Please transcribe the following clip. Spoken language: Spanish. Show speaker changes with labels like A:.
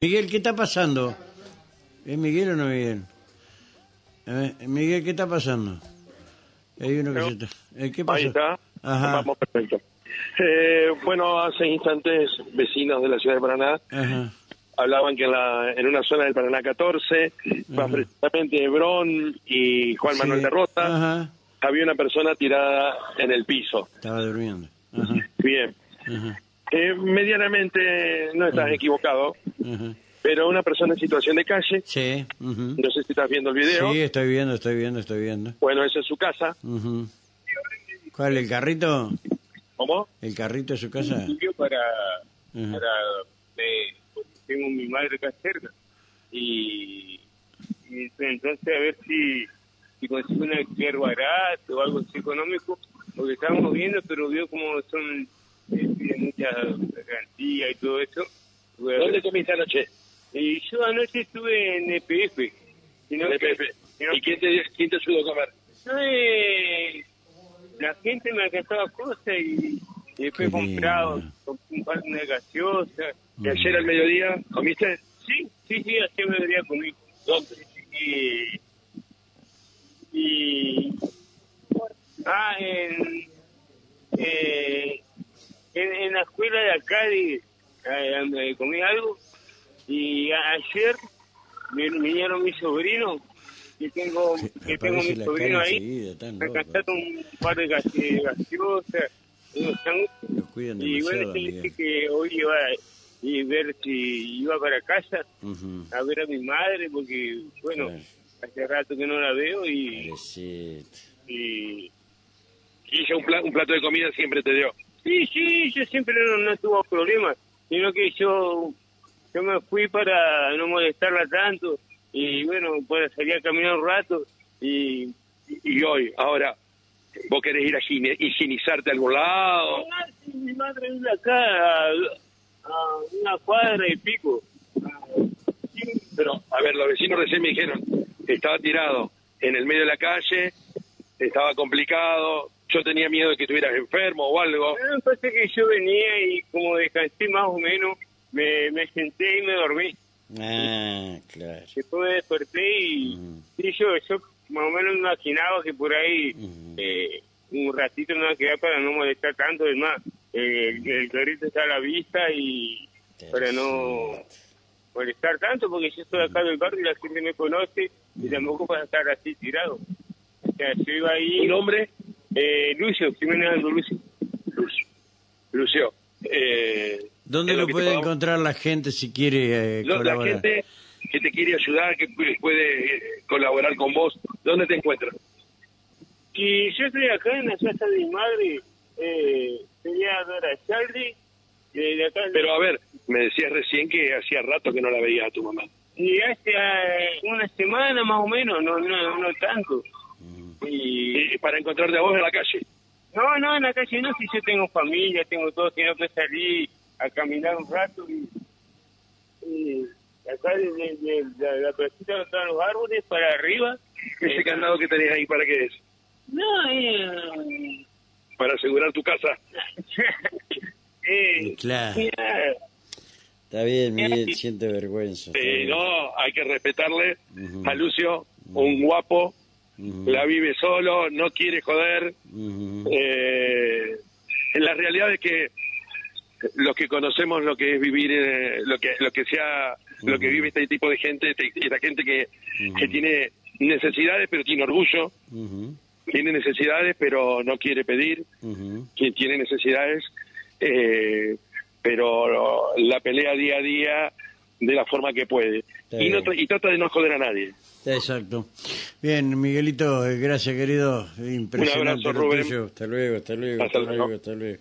A: Miguel, ¿qué está pasando? ¿Es Miguel o no Miguel? A ver, Miguel, ¿qué está pasando? Hay uno que se está... eh, ¿Qué pasó?
B: Ahí está.
A: Ajá.
B: Vamos, perfecto. Eh, bueno, hace instantes vecinos de la ciudad de Paraná
A: Ajá.
B: hablaban que en, la- en una zona del Paraná 14, más precisamente Hebrón y Juan
A: Sí.
B: Manuel de Rota,
A: Ajá.
B: había una persona tirada en el piso.
A: Estaba durmiendo. Ajá,
B: Bien.
A: ajá,
B: Eh, medianamente no estás equivocado,
A: ajá.
B: pero una persona en situación de calle,
A: Sí. ujú.
B: no sé si estás viendo el video,
A: Sí, estoy viendo, estoy viendo, estoy viendo.
B: bueno, esa es su casa,
A: Ujú. ¿Cuál, el carrito?
B: ¿cómo?
A: ¿El carrito de su casa?
C: estudio para,
A: Ajá.
C: para me- porque tengo mi madre acá cerca y, y pues, entonces a ver si, si consigo un alquiler barato o algo así económico porque estábamos viendo pero veo como son eh, piden mucha garantía y todo eso Bueno,
B: ¿Dónde comiste anoche?
C: y yo anoche estuve en E EPF sino
B: En el
C: que-
B: PF.
C: sino
B: ¿Y quién te, quién te ayudó a comer?
C: yo, eh, la gente me alcanzaba cosas y, y después
A: Qué
C: comprado
A: lindo. Mm.
C: un par de gaseosa.
B: ¿Y ayer al mediodía comiste?
C: Sí, sí, sí, así me debería comer. Y, y- ah, en, eh, en, en la escuela de acá de- eh, me comí algo y a- ayer vi- vinieron mis sobrinos que tengo, que tengo
A: Aparece
C: mis
A: la
C: sobrinos
A: cara
C: ahí
A: enseguida, tan
C: me
A: loco.
C: alcanzaron un par de gase- gaseosas unos sándwiches
A: Los cuidan
C: y bueno,
A: demasiado,
C: te dije
A: Miguel.
C: que hoy iba a y ver si iba para casa
A: Ujú.
C: a ver a mi madre, porque, bueno,
A: Claro.
C: hace rato que no la veo y,
A: Pobrecito.
C: y-
B: Y yo un, pla- un plato de comida siempre te dio.
C: Sí, sí, yo siempre no, no tuve problemas, sino que yo, yo me fui para no molestarla tanto y, bueno, para salir a caminar un rato y...
B: Y hoy, ahora, vos querés ir a higiene- higienizarte a algún lado.
C: Ah, sí, mi madre vive acá a, a una cuadra y pico. Sí,
B: Pero, a ver, los vecinos recién me dijeron, estaba tirado en el medio de la calle, estaba complicado, yo tenía miedo de que estuvieras enfermo o algo.
C: Ah, pasa que yo venía y como descansé más o menos, me, me senté y me dormí.
A: Ah, claro.
C: Después me desperté y,
A: Ujú.
C: y yo, yo más o menos imaginaba que por ahí
A: Ujú.
C: eh, un ratito me iba a quedar para no molestar tanto. Es más, eh, el, el carrito está a la vista y para no molestar tanto porque yo estoy acá del barrio y la gente me conoce y tampoco para estar así tirado. O sea, yo iba ahí...
B: ¿Tu nombre?
C: Eh, Lucio, Jiménez Aldo Lucio.
B: Lucio. Lucio. eh,
A: ¿Dónde
B: es
A: lo
B: que te
A: puede
B: podamos-
A: encontrar la gente si quiere eh,
B: Lo- La
A: colaborar?
B: gente que te quiere ayudar, que pu- puede eh, colaborar con vos, ¿dónde te encuentras?
C: Y yo estoy acá en la casa de mi madre, eh, sería Dora Charlie, de, de acá.
B: Pero a ver, me decías recién que hacía rato que no la veías a tu mamá.
C: Y hace eh, una semana más o menos, no, no, no tanto. Y,
B: Y para encontrarte a vos en la calle.
C: no, no, en la calle no, si yo tengo familia, tengo todo, tengo que salir a caminar un rato y, y acá de, de- de la, la placita donde están los árboles para arriba.
B: Ese candado que tenés ahí, ¿para qué es?
C: No, eh,
B: Para asegurar tu casa.
C: eh,
A: Claro.
C: mira,
A: Está bien, Miguel, siente vergüenza. está
B: Eh,
A: bien.
B: no, hay que respetarle
A: Ujú.
B: a Lucio, un guapo,
A: Ujú,
B: la vive solo, no quiere joder.
A: ujú.
B: Eh, la realidad es que los que conocemos lo que es vivir, eh, lo que lo que sea, lo que vive este tipo de gente, este- esta gente que, que tiene necesidades pero tiene orgullo,
A: Ujú,
B: tiene necesidades pero no quiere pedir,
A: ujú.
B: quien tiene necesidades, eh, pero la pelea día a día de la forma que puede.
A: Está
B: Y, no
A: bien.
B: tra- y trata de no joder a nadie.
A: Exacto. Bien, Miguelito, eh, gracias, querido. Impresionante
B: abrazo,
A: lo
B: Rubén.
A: tuyo. Hasta luego, hasta luego,
B: Hasta
A: hasta
B: luego.
A: luego, hasta luego.